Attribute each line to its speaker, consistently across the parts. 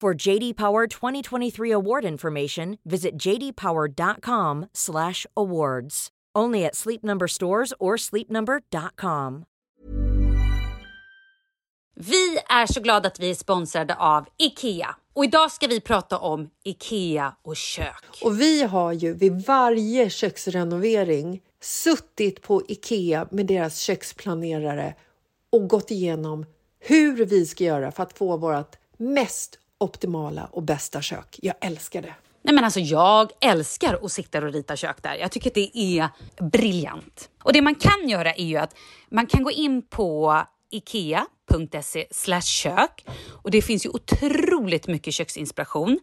Speaker 1: For JD Power 2023 award information, visit jdpower.com/awards. Only at Sleep Number stores or sleepnumber.com.
Speaker 2: Vi är så glada att vi är sponsrade av IKEA. Och idag ska vi prata om IKEA och kök.
Speaker 3: Och vi har ju vid varje köksrenovering suttit på IKEA med deras köksplanerare och gått igenom hur vi ska göra för att få vårt mest optimala och bästa kök. Jag älskar det!
Speaker 2: Nej men alltså jag älskar att sitta och rita kök där. Jag tycker att det är briljant. Och det man kan göra är ju att man kan gå in på ikea.se kök och det finns ju otroligt mycket köksinspiration.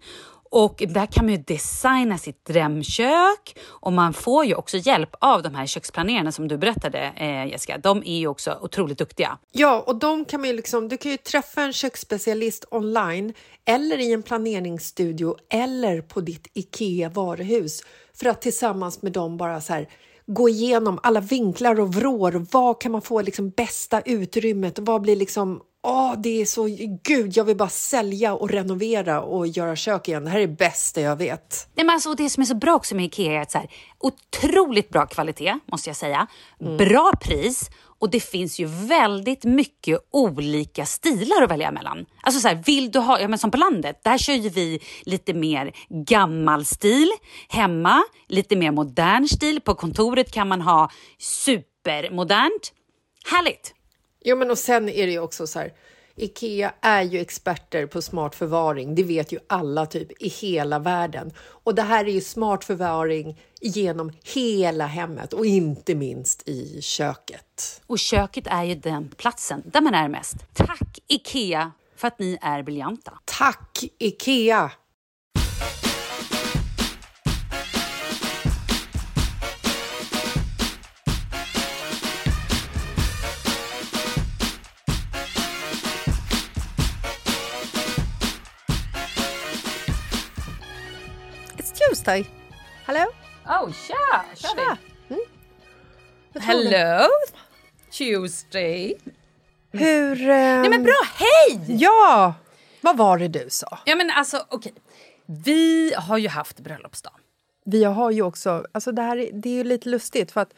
Speaker 2: Och där kan man ju designa sitt drömkök och man får ju också hjälp av de här köksplanerarna som du berättade eh, Jessica. De är ju också otroligt duktiga.
Speaker 3: Ja, och de kan man ju liksom, du kan ju träffa en köksspecialist online eller i en planeringsstudio eller på ditt IKEA varuhus för att tillsammans med dem bara så här gå igenom alla vinklar och vrår. och Vad kan man få liksom bästa utrymmet? och Vad blir liksom Åh, det är så... Gud, jag vill bara sälja och renovera och göra kök igen. Det här är det bästa jag vet.
Speaker 2: Nej, men alltså, och det som är så bra också med IKEA är att så här, otroligt bra kvalitet, måste jag säga. Bra pris och det finns ju väldigt mycket olika stilar att välja mellan. Alltså så här, vill du ha, ja, men som på landet, där kör ju vi lite mer gammal stil hemma, lite mer modern stil. På kontoret kan man ha supermodernt. Härligt!
Speaker 3: Jo, men och sen är det ju också så här. Ikea är ju experter på smart förvaring. Det vet ju alla typ i hela världen. Och det här är ju smart förvaring genom hela hemmet och inte minst i köket.
Speaker 2: Och köket är ju den platsen där man är mest. Tack IKEA för att ni är briljanta.
Speaker 3: Tack Ikea!
Speaker 4: It's Tuesday. Hello?
Speaker 2: Oh, tja! Kör
Speaker 4: Tja.
Speaker 2: Hello! Tuesday.
Speaker 4: Hur... ehm,
Speaker 2: Nej men bra, hej!
Speaker 4: Ja! Vad var det du sa?
Speaker 2: Ja men alltså okej. Vi har ju haft bröllopsdag.
Speaker 4: Vi har ju också... Alltså det här är- det är ju lite lustigt för att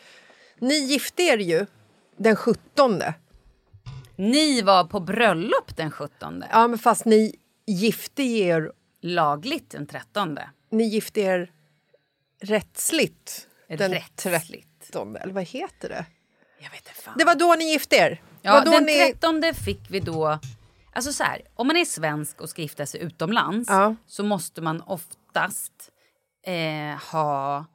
Speaker 4: ni gifte er ju den 17.
Speaker 2: Ni var på bröllop den 17.
Speaker 4: Ja, men fast ni gifte er...
Speaker 2: Lagligt den 13.
Speaker 4: Ni gifte er rättsligt den
Speaker 2: Rättsligt.
Speaker 4: 13. Eller vad heter det?
Speaker 2: Jag vet inte fan.
Speaker 4: Det var då ni gifte er? Det
Speaker 2: Ja,
Speaker 4: var då
Speaker 2: den
Speaker 4: ni...
Speaker 2: 13 fick vi då... Alltså så här, om man är svensk och ska gifta sig utomlands
Speaker 4: Ja.
Speaker 2: så måste man oftast eh, ha...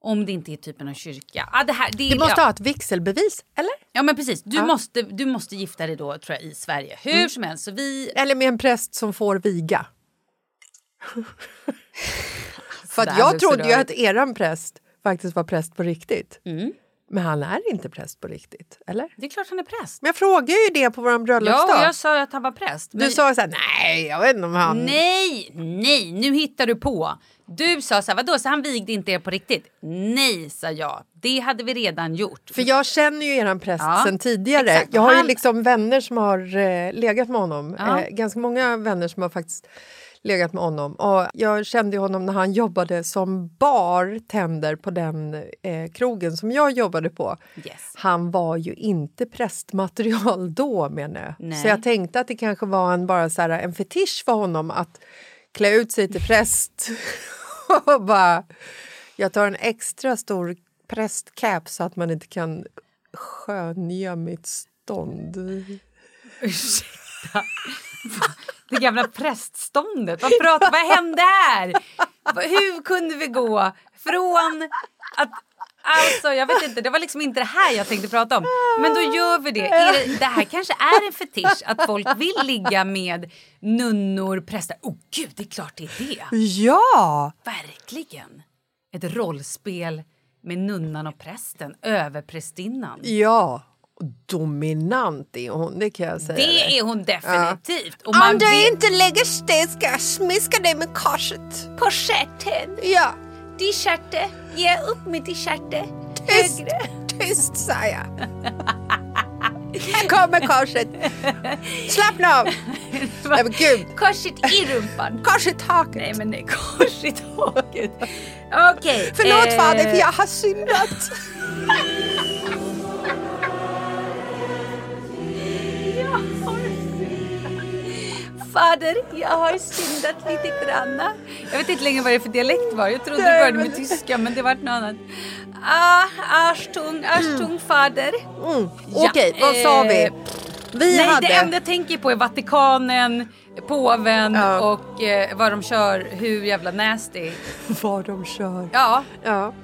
Speaker 2: Om det inte är typen av kyrka. Ah, det här, det,
Speaker 4: Du måste
Speaker 2: ja.
Speaker 4: ha ett vigselbevis, eller?
Speaker 2: ja, men precis. Du, måste, du måste gifta dig då tror jag, i Sverige. Hur som helst. Så vi...
Speaker 4: Eller med en präst som får viga. För
Speaker 2: det här
Speaker 4: att
Speaker 2: blev
Speaker 4: jag
Speaker 2: så
Speaker 4: trodde ju
Speaker 2: rörigt.
Speaker 4: att eran präst faktiskt var präst på riktigt.
Speaker 2: Mm.
Speaker 4: Men han är inte präst på riktigt, eller?
Speaker 2: Det är klart han är präst.
Speaker 4: Men jag frågade ju det på vår
Speaker 2: Ja,
Speaker 4: bröllopsdag.
Speaker 2: och jag sa ju att han var präst.
Speaker 4: Du sa så här, nej, jag vet inte om han...
Speaker 2: Nej, nej, nu hittar du på. Du sa så här, vadå, så han vigde inte er på riktigt? Nej, sa jag. Det hade vi redan gjort.
Speaker 4: För jag känner ju eran präst
Speaker 2: Ja,
Speaker 4: sen tidigare.
Speaker 2: exakt.
Speaker 4: Jag har ju
Speaker 2: Han-
Speaker 4: liksom vänner som har eh, legat med honom.
Speaker 2: Ja.
Speaker 4: Eh, ganska många vänner som har faktiskt legat med honom. Och jag kände ju honom när han jobbade som bartender på den eh, krogen som jag jobbade på.
Speaker 2: Yes.
Speaker 4: Han var ju inte prästmaterial då, menar jag.
Speaker 2: Nej.
Speaker 4: Så jag tänkte att det kanske var en, bara så här, en fetisch för honom att klä ut sig till präst och bara... Jag tar en extra stor prästcap så att man inte kan skönja mitt stånd.
Speaker 2: Det gamla prästståndet. Vad, pratar, vad hände här? Va- Hur kunde vi gå från att... Alltså, jag vet inte. Det var liksom inte det här jag tänkte prata om. Men då gör vi det. Är det, det här kanske är en fetisch, att folk vill ligga med nunnor, präster. Åh oh, gud, det är klart det är det.
Speaker 4: Ja!
Speaker 2: Verkligen. Ett rollspel med nunnan och prästen, överprästinnan.
Speaker 4: Ja! Och Dominant är hon, det kan jag säga. dig.
Speaker 2: Det är hon definitivt. Och
Speaker 4: Om
Speaker 2: man
Speaker 4: du
Speaker 2: vet-
Speaker 4: inte lägger steg ska jag smiska dig med korset.
Speaker 2: På stjärten.
Speaker 4: Ja!
Speaker 2: T-shirte. Ge upp mitt t-shirte.
Speaker 4: Tyst! Tyst, sa jag. Här kommer korset. Slappna av! Nej, men gud.
Speaker 2: Korset i rumpan.
Speaker 4: Kors i taket.
Speaker 2: Nej men nej, kors i taket. Okej.
Speaker 4: Förlåt
Speaker 2: eh,
Speaker 4: fader, för jag har syndat.
Speaker 2: Fader, jag har syndat lite granna. Jag vet inte längre vad det är för dialekt var. Jag trodde det
Speaker 4: Nej,
Speaker 2: började
Speaker 4: men-
Speaker 2: med tyska men det var något annat. Ah, Ashtung, Ashtung
Speaker 4: Mm.
Speaker 2: fader. Ja,
Speaker 4: Okej, vad sa
Speaker 2: eh,
Speaker 4: vi? Vi
Speaker 2: Nej,
Speaker 4: hade...
Speaker 2: det enda jag tänker på är Vatikanen, påven
Speaker 4: Ja.
Speaker 2: och eh, vad de kör, hur jävla nasty.
Speaker 4: Vad de kör.
Speaker 2: Ja,
Speaker 4: Ja.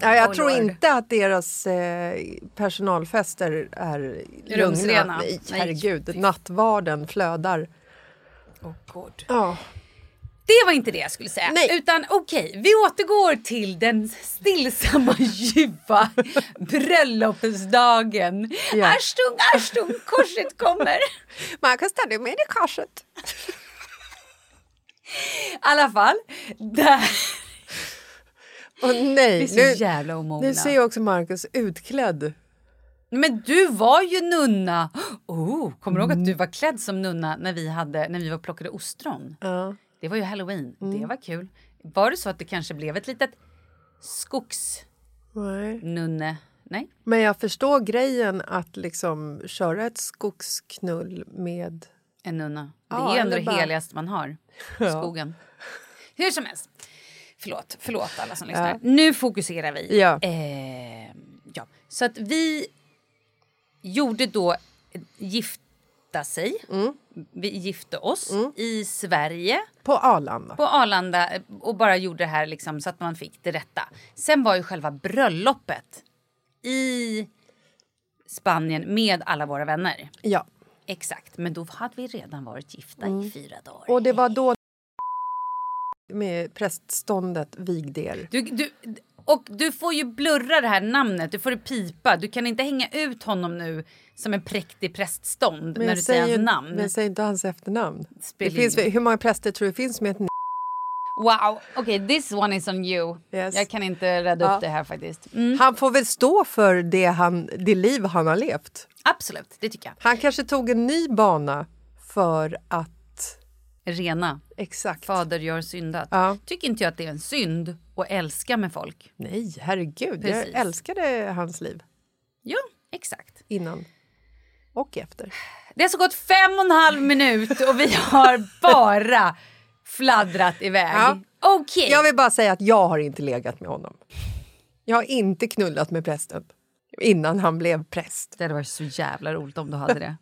Speaker 4: Ja, jag
Speaker 2: Oh,
Speaker 4: tror
Speaker 2: Lord.
Speaker 4: inte att deras eh, personalfester är lugna.
Speaker 2: Rumsrena.
Speaker 4: Nej,
Speaker 2: Nej.
Speaker 4: herregud, nattvarden flödar.
Speaker 2: oh, God.
Speaker 4: Ja.
Speaker 2: det var inte det jag skulle säga.
Speaker 4: Nej.
Speaker 2: Utan okej, vi återgår till den stillsamma ljuva bröllopsdagen.
Speaker 4: Ja.
Speaker 2: Ashtung, ashtung, korset kommer.
Speaker 4: Man kan stanna med i korset.
Speaker 2: I alla fall, där.
Speaker 4: Åh nej,
Speaker 2: Vi är så jävla omogna.
Speaker 4: nu ser jag också Markus utklädd.
Speaker 2: Men du var ju nunna! Oh, kommer du ihåg att du var klädd som nunna när vi, hade, när vi var och plockade ostron? Det var ju halloween.
Speaker 4: Mm.
Speaker 2: Det var kul. Var det så att det kanske blev ett litet skogsnunne...
Speaker 4: Nej.
Speaker 2: Nej?
Speaker 4: Men jag förstår grejen att liksom köra ett skogsknull med...
Speaker 2: En nunna.
Speaker 4: Ja,
Speaker 2: det är ändå
Speaker 4: eller
Speaker 2: det
Speaker 4: bara-
Speaker 2: heligaste man har. Skogen. Hur som helst. Förlåt, förlåt alla som lyssnar.
Speaker 4: Ja.
Speaker 2: Nu fokuserar vi.
Speaker 4: Ja.
Speaker 2: Eh, ja. Så att vi gjorde då gifta sig.
Speaker 4: Mm.
Speaker 2: Vi gifte oss i Sverige
Speaker 4: På Arlanda.
Speaker 2: på Arlanda eh, och bara gjorde det här liksom så att man fick det rätta. Sen var ju själva bröllopet i Spanien med alla våra vänner.
Speaker 4: Ja.
Speaker 2: Exakt, men då hade vi redan varit gifta i fyra dagar.
Speaker 4: Mm. Och det var då med prästståndet vigde er.
Speaker 2: Du, du, och du får ju blurra det här namnet, du får det pipa. Du kan inte hänga ut honom nu som en präktig präststånd när du säger hans
Speaker 4: ju-
Speaker 2: namn.
Speaker 4: men säg inte hans efternamn. Det
Speaker 2: Spelar
Speaker 4: finns,
Speaker 2: ingen-
Speaker 4: väl- hur många präster tror du finns med ett n-
Speaker 2: Wow, okej okay, this one is on you.
Speaker 4: Yes.
Speaker 2: Jag kan inte rädda
Speaker 4: Ja.
Speaker 2: upp det här faktiskt. Mm.
Speaker 4: Han får väl stå för det, han, det liv han har levt.
Speaker 2: Absolut, det tycker
Speaker 4: Han kanske tog en ny bana för att...
Speaker 2: jag. Rena,
Speaker 4: Exakt.
Speaker 2: fader gör syndat.
Speaker 4: Ja.
Speaker 2: Tycker inte jag att det är en synd att älska med folk?
Speaker 4: Nej, herregud.
Speaker 2: Precis.
Speaker 4: Jag älskade hans liv
Speaker 2: Ja, exakt.
Speaker 4: innan och efter.
Speaker 2: Det har så gått fem och en halv minut och vi har bara fladdrat iväg.
Speaker 4: Ja.
Speaker 2: Okej.
Speaker 4: Jag vill bara säga att jag har inte legat med honom. Jag har inte knullat med prästen innan han blev präst.
Speaker 2: Det hade varit så jävla roligt om du hade det.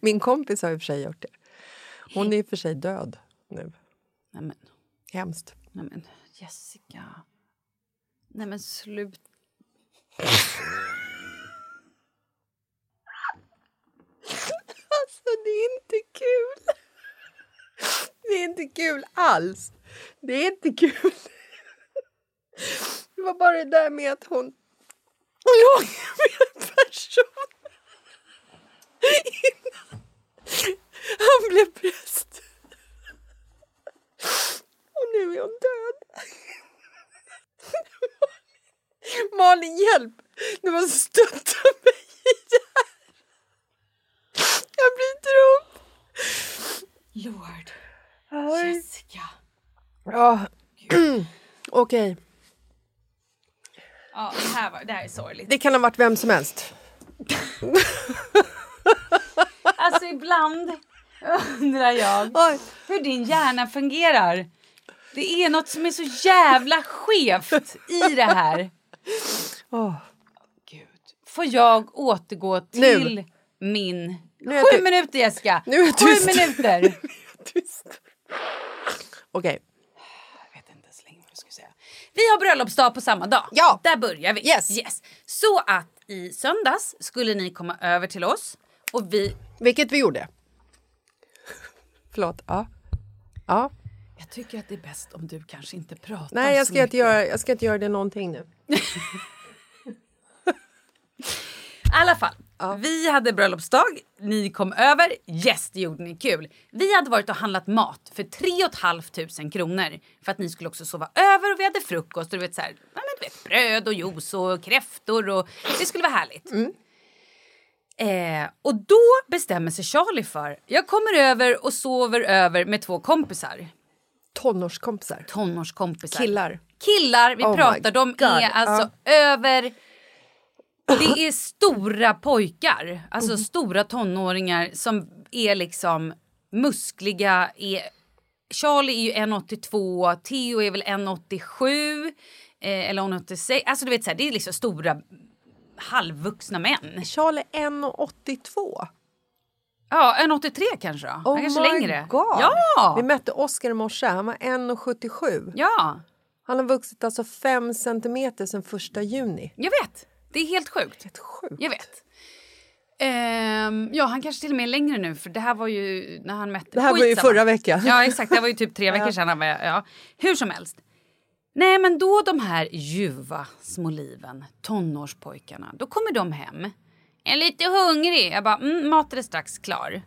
Speaker 4: Min kompis har i och för sig gjort det. Hon är i och för sig död nu.
Speaker 2: Nej men,
Speaker 4: Hemskt.
Speaker 2: nej men Jessica. Nej men slut.
Speaker 4: Alltså, det är inte kul. Det är inte kul alls. Det är inte kul. Det var bara det där med att hon låg med en person innan han blev präst. Och nu är hon död. Malin hjälp! Du måste stötta mig i det här. Jag bryter ihop.
Speaker 5: Lord,
Speaker 4: Oj.
Speaker 5: Jessica.
Speaker 4: Ja. Okej,
Speaker 5: Ja, det här, var, det här är sorgligt.
Speaker 4: det kan ha varit vem som helst.
Speaker 2: Alltså ibland undrar jag
Speaker 4: Oj.
Speaker 2: hur din hjärna fungerar. Det är något som är så jävla skevt i det här.
Speaker 4: Åh.
Speaker 2: Får jag återgå till min...
Speaker 4: är
Speaker 2: Sju
Speaker 4: ty-
Speaker 2: minuter, Jessica!
Speaker 4: Nu är jag
Speaker 2: Sju
Speaker 4: tyst.
Speaker 2: minuter!
Speaker 4: Tyst. Okej.
Speaker 2: Jag vet inte ens längre vad jag skulle säga. Vi har bröllopsdag på samma dag.
Speaker 4: Ja.
Speaker 2: Där börjar vi.
Speaker 4: Yes.
Speaker 2: Yes. Så att i söndags skulle ni komma över till oss och vi
Speaker 4: Vilket vi gjorde. Förlåt. Ja. ja.
Speaker 5: Jag tycker att det är bäst om du kanske inte pratar
Speaker 4: Nej, jag
Speaker 5: så
Speaker 4: ska,
Speaker 5: mycket.
Speaker 4: inte göra, jag ska inte göra det någonting nu.
Speaker 2: I alla fall, vi hade bröllopsdag, ni kom över, yes det gjorde ni, kul. Vi hade varit och handlat mat för 3 500 kronor för att ni skulle också sova över och vi hade frukost och du vet så här, ja, men du vet, bröd och juice och kräftor och det skulle vara härligt. Eh, och då bestämmer sig Charlie för, jag kommer över och sover över med två kompisar.
Speaker 4: Tonårskompisar.
Speaker 2: Tonårskompisar.
Speaker 4: Killar.
Speaker 2: Killar, vi
Speaker 4: Oh my
Speaker 2: pratar, de
Speaker 4: God,
Speaker 2: är alltså över... Det är stora pojkar, alltså stora tonåringar som är liksom muskliga. Är, Charlie är ju 1,82, Theo är väl 1,87 eh, eller 1,86. Alltså du vet så här, det är liksom stora halvvuxna män.
Speaker 4: Charlie 1,82.
Speaker 2: Ja, 1,83 kanske då. Han kanske är längre.
Speaker 4: Oh god! Vi
Speaker 2: Ja!
Speaker 4: mötte Oscar i morse. Han var 1,77.
Speaker 2: Ja,
Speaker 4: Han har vuxit alltså 5 centimeter sedan första juni.
Speaker 2: jag vet. Det är helt sjukt.
Speaker 4: Helt sjukt.
Speaker 2: Jag vet. Ehm, ja, han kanske till och med är längre nu, för det här var ju när han mätte...
Speaker 4: Det här var ju
Speaker 2: Skitsamma.
Speaker 4: förra veckan.
Speaker 2: Ja, exakt. Det här var ju typ tre veckor sedan. han var- Ja. Hur som helst. Nej, men då de här ljuva små liven, tonårspojkarna, då kommer de hem. Jag är lite hungrig. Jag bara, mm, maten är strax klar.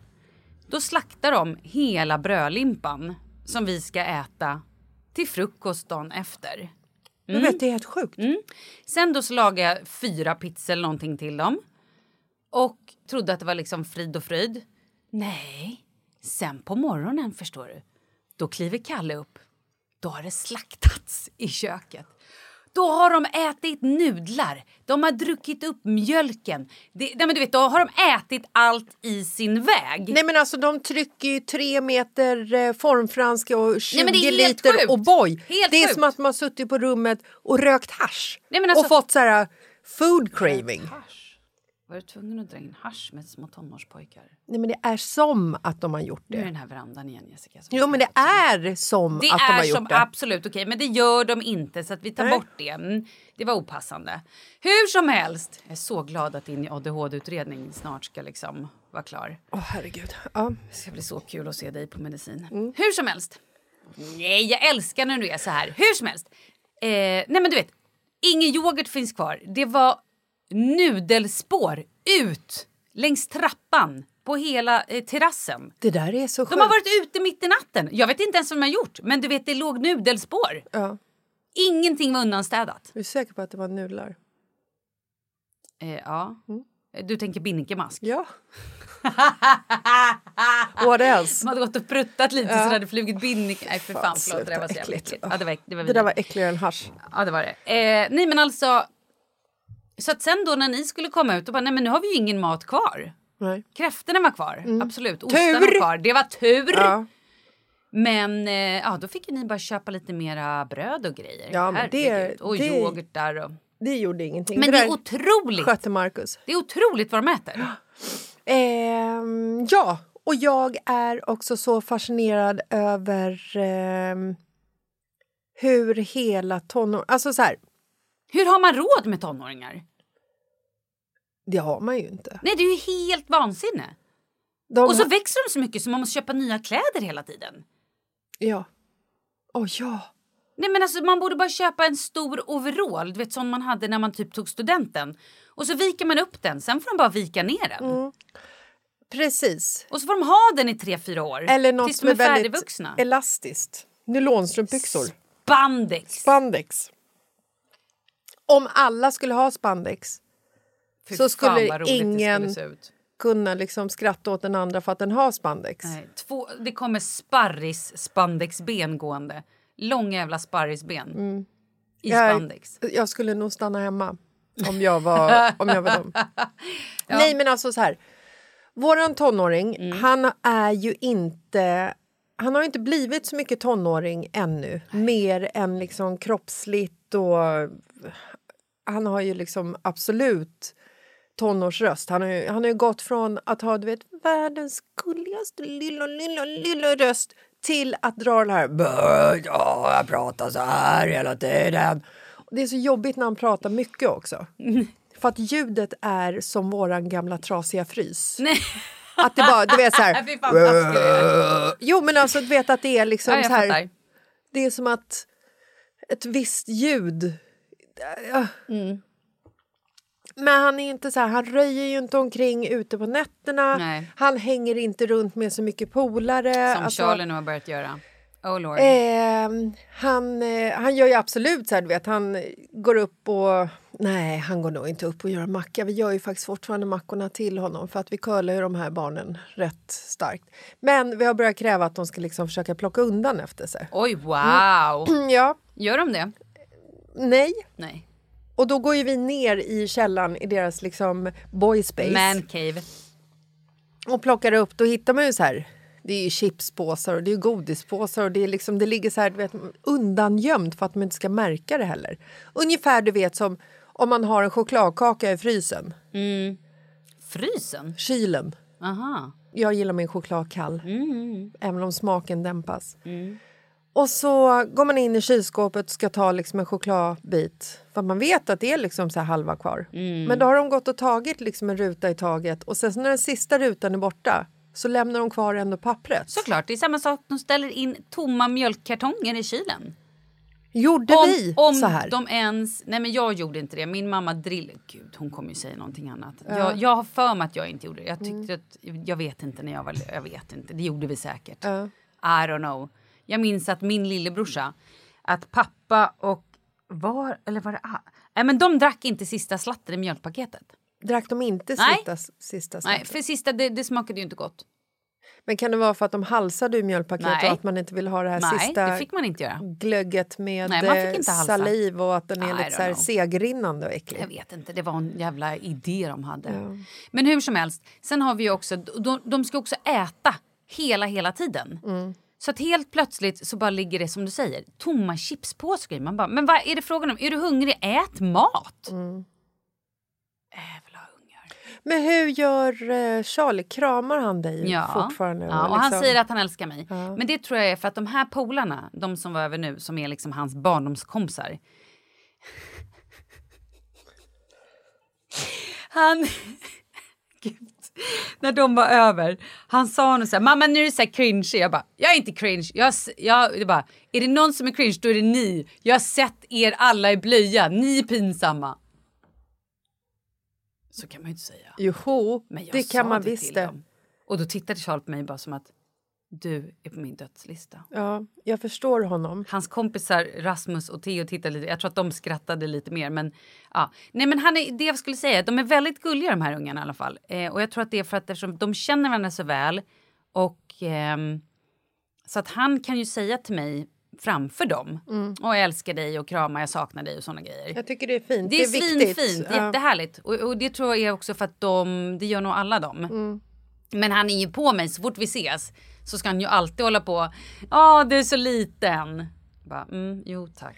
Speaker 2: Då slaktar de hela brödlimpan som vi ska äta till frukost dagen efter.
Speaker 4: Du vet, det är helt sjukt.
Speaker 2: Sen då så lagade jag fyra pizzor eller någonting till dem. Och trodde att det var liksom frid och fröjd. Nej, sen på morgonen förstår du. Då kliver Kalle upp. Då har det slaktats i köket. Då har de ätit nudlar, de har druckit upp mjölken. Det, nej men du vet, då har de ätit allt i sin väg.
Speaker 4: Nej men alltså de trycker ju tre meter eh, formfranska och 20
Speaker 2: men det är helt
Speaker 4: liter
Speaker 2: sjukt.
Speaker 4: O'boy.
Speaker 2: Helt
Speaker 4: Det är
Speaker 2: sjukt.
Speaker 4: som att man suttit på rummet och rökt hasch
Speaker 2: Nej, men alltså-
Speaker 4: och fått så här eh, food craving.
Speaker 2: Hasch. Var du tvungen att dra in hasch med små tonårspojkar?
Speaker 4: Nej men det är som att de har gjort
Speaker 2: Nu är
Speaker 4: det.
Speaker 2: den här verandan igen Jessica. som-
Speaker 4: Jo men det är som
Speaker 2: Det
Speaker 4: att de har
Speaker 2: är
Speaker 4: gjort
Speaker 2: som
Speaker 4: det.
Speaker 2: absolut okej, men det gör de inte så att vi tar
Speaker 4: Nej.
Speaker 2: bort det. Mm, det var opassande. Hur som helst, jag är så glad att din ADHD-utredning snart ska liksom vara klar.
Speaker 4: Åh herregud. Ja.
Speaker 2: Det ska bli så kul att se dig på medicin.
Speaker 4: Mm.
Speaker 2: Hur som helst. Nej, jag älskar när du är så här. Hur som helst. Eh, nej, men du vet. Ingen yoghurt finns kvar. Det var nudelspår ut längs trappan på hela eh, terrassen.
Speaker 4: Det där är så sjukt.
Speaker 2: De har varit ute mitt i natten. Jag vet inte ens vad de har gjort, men du vet det låg nudelspår.
Speaker 4: Ja.
Speaker 2: Ingenting var undanstädat.
Speaker 4: Du är säker på att det var nudlar?
Speaker 2: Eh, ja. Du tänker binnikemask.
Speaker 4: Mm. Ja. What else?
Speaker 2: De hade gått och pruttat lite så det hade flugit binnik... Nej för fan, förlåt. Det där
Speaker 4: sluta,
Speaker 2: var så jävla
Speaker 4: äckligt.
Speaker 2: äckligt. Ja, det var, äck- det var
Speaker 4: Det där
Speaker 2: vidrigt.
Speaker 4: var äckligare än hasch.
Speaker 2: Ja, det var det. Eh, nej, men alltså... Så att sen då när ni skulle komma ut och bara, nej men nu har vi ju ingen mat kvar.
Speaker 4: Nej.
Speaker 2: Kräftorna var kvar, absolut. Ostarna
Speaker 4: Mm. Tur!
Speaker 2: var kvar. Det var tur!
Speaker 4: Ja.
Speaker 2: Men eh, ja, då fick ju ni bara köpa lite mera bröd och grejer.
Speaker 4: Ja, men det-
Speaker 2: Herregud. och
Speaker 4: det-
Speaker 2: yoghurtar. Och...
Speaker 4: Det gjorde ingenting.
Speaker 2: Men det
Speaker 4: där
Speaker 2: är otroligt!
Speaker 4: skötte Marcus.
Speaker 2: Det är otroligt vad de äter.
Speaker 4: Ehm, ja, och jag är också så fascinerad över ehm, hur hela tonår... Alltså så här,
Speaker 2: Hur har man råd med tonåringar?
Speaker 4: det har man ju inte.
Speaker 2: Nej, det är ju helt vansinne.
Speaker 4: De,
Speaker 2: Och så växer de så mycket så man måste köpa nya kläder hela tiden.
Speaker 4: ja. Åh ja.
Speaker 2: Nej men alltså man borde bara köpa en stor overall, du vet sån man hade när man typ tog studenten. Och så viker man upp den, sen får de bara vika ner den.
Speaker 4: Mm. Precis.
Speaker 2: Och så får de ha den i tre fyra år.
Speaker 4: Eller något
Speaker 2: tills
Speaker 4: som
Speaker 2: de
Speaker 4: är
Speaker 2: är
Speaker 4: väldigt
Speaker 2: färdigvuxna.
Speaker 4: elastiskt. Nylonstrumpbyxor.
Speaker 2: Bandex.
Speaker 4: Spandex. Om alla skulle ha spandex
Speaker 5: Fy
Speaker 4: Så skulle
Speaker 5: fan vad roligt
Speaker 4: ingen-
Speaker 5: det skulle se ut.
Speaker 4: kunna liksom skratta åt den andra för att den har spandex.
Speaker 2: Nej, två, det kommer sparris spandexben gående. Långa jävla sparrisben.
Speaker 4: Mm.
Speaker 2: I
Speaker 4: Jag-
Speaker 2: spandex.
Speaker 4: Jag skulle nog stanna hemma om jag var, om jag var dem. Nej, men alltså så här. Våran tonåring,
Speaker 2: Mm.
Speaker 4: han är ju inte... Han har ju inte blivit så mycket tonåring ännu, mer än liksom kroppsligt och... Han har ju liksom absolut tonårsröst. Han har ju, han har ju gått från att ha du vet, världens gulligaste lilla, lilla, lilla röst till att dra den här... "Bö, Ja, jag pratar så här hela tiden. Och Det är så jobbigt när han pratar mycket också. För att ljudet är som våran gamla trasiga frys. Att det bara, du vet så här...
Speaker 2: Fy fan, vad taskigt det är.
Speaker 4: Jo, men alltså du vet att det är liksom
Speaker 2: Ja, jag
Speaker 4: så här...
Speaker 2: fattar.
Speaker 4: Det är som att ett visst ljud... Ja.
Speaker 2: Mm.
Speaker 4: Men han är inte så här, han röjer ju inte omkring ute på nätterna.
Speaker 2: Nej.
Speaker 4: Han hänger inte runt med så mycket polare.
Speaker 2: Som
Speaker 4: Alltså,
Speaker 2: Charlie nu har börjat göra. Oh lord.
Speaker 4: ehm, han, eh, han gör ju absolut så här, du vet, han går upp och... Nej, han går nog inte upp och gör en macka. Vi gör ju faktiskt fortfarande mackorna till honom för att vi curlar ju de här barnen rätt starkt. Men vi har börjat kräva att de ska liksom försöka plocka undan efter sig. Mm,
Speaker 2: Oj, wow.
Speaker 4: Ja,
Speaker 2: Gör de det?
Speaker 4: nej.
Speaker 2: Nej.
Speaker 4: Och då går ju vi ner i källan i deras liksom boy space
Speaker 2: Man cave.
Speaker 4: och plockar upp. Då hittar man ju så här. Det är ju chipspåsar och det är godispåsar och det, är liksom, det ligger så här, du vet, undangömt för att man inte ska märka det heller. Ungefär du vet som om man har en chokladkaka i frysen,
Speaker 2: Frysen?
Speaker 4: kylen.
Speaker 2: Aha.
Speaker 4: Jag gillar min choklad kall,
Speaker 2: Mm.
Speaker 4: även om smaken dämpas. Och så går man in i kylskåpet och ska ta liksom en chokladbit för man vet att det är liksom så här halva kvar.
Speaker 2: Mm.
Speaker 4: Men då har de gått och tagit liksom en ruta i taget och sen så när den sista rutan är borta så lämnar de kvar ändå pappret.
Speaker 2: Såklart, det är samma sak. De ställer in tomma mjölkkartonger i kylen.
Speaker 4: Gjorde
Speaker 2: om,
Speaker 4: vi
Speaker 2: om
Speaker 4: så här?
Speaker 2: de ens... Nej men jag gjorde inte det. Min mamma drill... Gud, hon kommer ju säga någonting annat. Jag, jag har för mig att jag inte gjorde det. Jag tyckte att... Jag vet inte när jag var... Jag vet inte. Det gjorde vi säkert. I don't know. Jag minns att min lillebrorsa, att pappa och... Var... Eller var det... ah, Nej men de drack inte sista slatten i mjölkpaketet.
Speaker 4: Drack de inte
Speaker 2: Nej.
Speaker 4: sista, sista
Speaker 2: Nej,
Speaker 4: slatten?
Speaker 2: för sista, det, det smakade ju inte gott.
Speaker 4: Men kan det vara för att de halsade ur mjölkpaketet
Speaker 2: Nej.
Speaker 4: och att man inte vill ha det här
Speaker 2: Nej,
Speaker 4: sista
Speaker 2: det fick man inte göra.
Speaker 4: glögget med
Speaker 2: Nej, man fick
Speaker 4: eh,
Speaker 2: inte halsa.
Speaker 4: saliv och att den är
Speaker 2: I
Speaker 4: lite
Speaker 2: don't
Speaker 4: så här
Speaker 2: know.
Speaker 4: segrinnande och äcklig?
Speaker 2: Jag vet inte, det var en jävla idé de hade. Men hur som helst, sen har vi ju också, de, de ska också äta hela, hela tiden. Så att helt plötsligt så bara ligger det som du säger, tomma chipspåsar. i. Man bara, men vad är det frågan om? Är du hungrig? Ät mat! Jävla ungar.
Speaker 4: Men hur gör eh, Charlie? Kramar han dig fortfarande? Liksom?
Speaker 2: Ja, och han säger att han älskar mig.
Speaker 4: Ja.
Speaker 2: Men det tror jag är för att de här polarna, de som var över nu, som är liksom hans barndomskompisar. Han... Gud. När de var över, han sa nog så här, mamma nu är det så här cringe. Jag bara, jag är inte cringe. Jag, s- jag, det bara, är det någon som är cringe då är det ni. Jag har sett er alla i blöja, ni är pinsamma. Så kan man ju inte säga.
Speaker 4: Joho,
Speaker 2: Men jag
Speaker 4: det
Speaker 2: sa
Speaker 4: kan man
Speaker 2: det
Speaker 4: visst
Speaker 2: till
Speaker 4: det.
Speaker 2: dem. Och då tittade Charles på mig bara som att du är på min dödslista.
Speaker 4: Ja, jag förstår honom.
Speaker 2: Hans kompisar Rasmus och Theo tittade lite. Jag tror att de skrattade lite mer. Men, ja. Nej, men han är, det jag skulle säga, de är väldigt gulliga de här ungarna i alla fall. Eh, och jag tror att det är för att eftersom de känner varandra så väl. Och, ehm, så att han kan ju säga till mig framför dem. Och jag älskar dig och kramar, jag saknar dig och såna grejer.
Speaker 4: Mm. Jag tycker det är fint.
Speaker 2: Det är,
Speaker 4: viktigt.
Speaker 2: svinfint,
Speaker 4: Ja.
Speaker 2: jättehärligt. Och, och det tror jag är också för att de, det gör nog alla dem.
Speaker 4: Mm.
Speaker 2: Men han är ju på mig så fort vi ses så ska han ju alltid hålla på. Ja, du är så liten. Bara, mm, jo tack.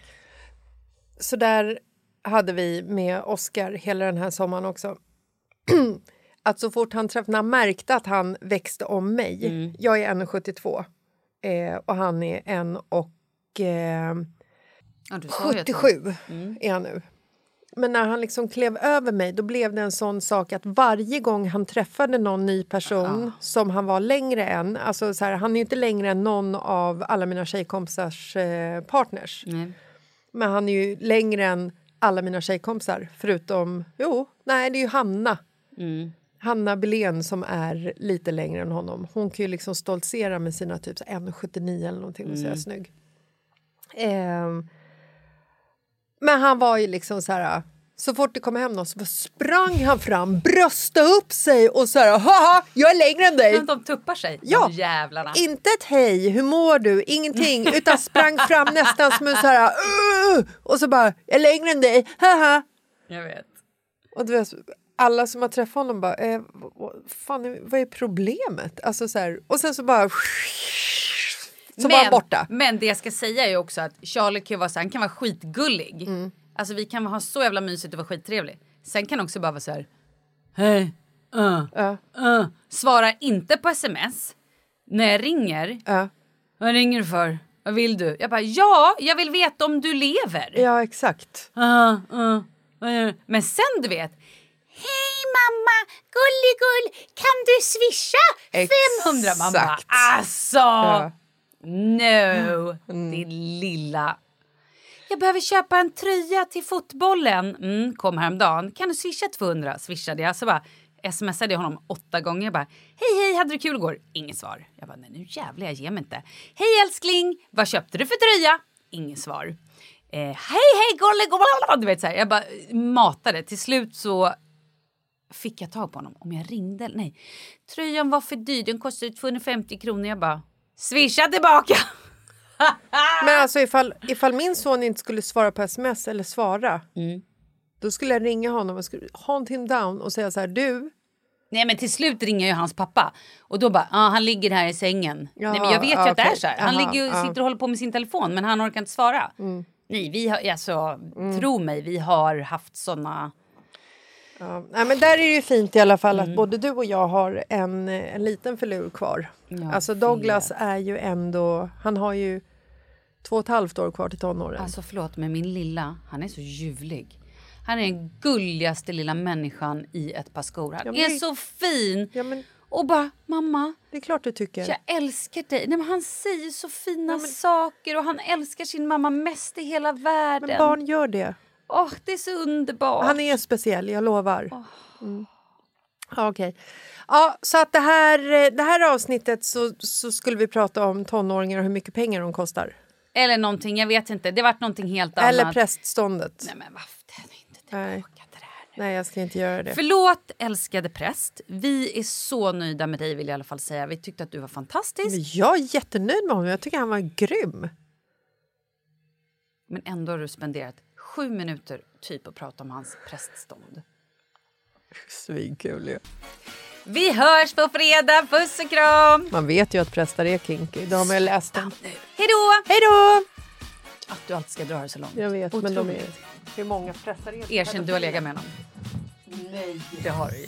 Speaker 4: Så där hade vi med Oscar hela den här sommaren också. att så fort han träffade, när han märkte att han växte om mig.
Speaker 2: Mm.
Speaker 4: Jag är 1,72 eh, och han är 1 och... Eh,
Speaker 2: Ja, du sa ju att-
Speaker 4: 77
Speaker 2: Mm.
Speaker 4: är han nu. Men när han liksom klev över mig då blev det en sån sak att varje gång han träffade någon ny
Speaker 2: Ah.
Speaker 4: person som han var längre än... Alltså så här, han är ju inte längre än någon av alla mina tjejkompisars eh, partners.
Speaker 2: Nej.
Speaker 4: Men han är ju längre än alla mina tjejkompisar förutom... Jo, nej, det är ju Hanna. Hanna Belén som är lite längre än honom. Hon kan ju liksom stoltsera med sina typ så här 1,79 eller någonting och så är jag snygg. Ehm, Men han var ju liksom så här... Så fort det kom hem någon så bara sprang han fram, bröstade upp sig och så här... Haha, jag är längre än dig!
Speaker 2: Men de tuppar sig,
Speaker 4: Ja.
Speaker 2: de jävlarna.
Speaker 4: Inte ett hej, hur mår du, ingenting, utan sprang fram nästan som en så här... "Ugh!" Och så bara, jag är längre än dig, haha!
Speaker 2: Jag vet.
Speaker 4: Och du vet, alla som har träffat honom bara, eh, vad, fan, vad är problemet? Alltså så här, och sen så bara... Så var han borta.
Speaker 2: Men det jag ska säga är också att Charlie kan ju vara, så här, han kan vara skitgullig. Alltså vi kan ha så jävla mysigt och vara skittrevlig. Sen kan han också bara vara så här. Hej. Uh, uh. Svarar inte på sms. När jag ringer.
Speaker 4: Ja,
Speaker 2: Vad ringer du för? Vad vill du? Jag bara ja, jag vill veta om du lever.
Speaker 4: ja exakt.
Speaker 2: Ja, ja, vad gör du? Men sen du vet. Hej mamma, gulligull, kan du swisha 500? Man bara
Speaker 4: Exakt.
Speaker 2: alltså.
Speaker 4: Ja. Mm.
Speaker 2: No, din lilla. Jag behöver köpa en tröja till fotbollen. Mm, kom häromdagen. Kan du swisha 200? Swishade jag. Så bara smsade jag honom åtta gånger. Jag bara, hej, hej, hade du kul igår? Inget svar. Jag bara, nej nu jävlar, jag ger mig inte. Hej älskling, vad köpte du för tröja? Inget svar. Eh, hej, hej, gollig, Du vet så här. Jag bara matade. Till slut så fick jag tag på honom. Om jag ringde eller nej. Tröjan var för dyr. Den kostade 250 kronor. Jag bara, swisha tillbaka.
Speaker 4: Men alltså ifall, ifall min son inte skulle svara på sms eller svara
Speaker 2: Mm.
Speaker 4: då skulle jag ringa honom och skulle haunt him down och säga så här, du,
Speaker 2: Nej men till slut ringer ju hans pappa och då bara, ah, han ligger här i sängen.
Speaker 4: Jaha,
Speaker 2: Nej men jag vet ju
Speaker 4: ja,
Speaker 2: att det är
Speaker 4: okej.
Speaker 2: så här. Han
Speaker 4: Jaha,
Speaker 2: ligger och
Speaker 4: ja. Mm.
Speaker 2: sitter och håller på med sin telefon men han orkar inte svara. Nej vi har, alltså tro mig vi har haft såna.
Speaker 4: Ja, nej, men där är det ju fint i alla fall
Speaker 2: Mm.
Speaker 4: att både du och jag har en, en liten förlur kvar. alltså Douglas är ju ändå, han har ju två och ett halvt år kvar till tonåren.
Speaker 2: Alltså förlåt men min lilla, han är så ljuvlig. Han är den gulligaste lilla människan i ett par skor. Han
Speaker 4: Ja, men
Speaker 2: är
Speaker 4: det-
Speaker 2: så fin!
Speaker 4: Ja, men-
Speaker 2: Och bara, mamma
Speaker 4: det är klart du tycker.
Speaker 2: Jag älskar dig. Nej, men han säger så fina saker och han älskar sin mamma mest i hela världen.
Speaker 4: men barn gör det.
Speaker 2: Åh, det är så underbart.
Speaker 4: Han är speciell, jag lovar. Mm. Ja, okej. Ja, så att det här, eh, det här avsnittet så, så skulle vi prata om tonåringar och hur mycket pengar de kostar.
Speaker 2: Eller någonting, jag vet inte. Det vart någonting helt
Speaker 4: Eller
Speaker 2: annat.
Speaker 4: prästståndet.
Speaker 2: Nej, men varför? Det är inte
Speaker 4: Nej.
Speaker 2: tillbaka till det här.
Speaker 4: Nej, jag ska inte göra det.
Speaker 2: Förlåt, älskade präst. Vi är så nöjda med dig, vill jag i alla fall säga. Vi tyckte att du var fantastisk,
Speaker 4: Men Jag är jättenöjd med honom, jag tycker han var grym.
Speaker 2: men ändå har du spenderat sju minuter typ att prata om hans präststånd.
Speaker 4: Svinkul ju.
Speaker 2: Vi hörs på fredag. Puss och kram!
Speaker 4: Man vet ju att prästar är kinky. Det har man ju läst om.
Speaker 2: Hej då!
Speaker 4: Hej då!
Speaker 2: Att du alltid ska dra det så långt.
Speaker 4: Jag vet, men de är...
Speaker 2: Otroligt.
Speaker 4: Hur många prästar är det?
Speaker 2: Erkänn, du har legat med honom. Nej. Det har du ju.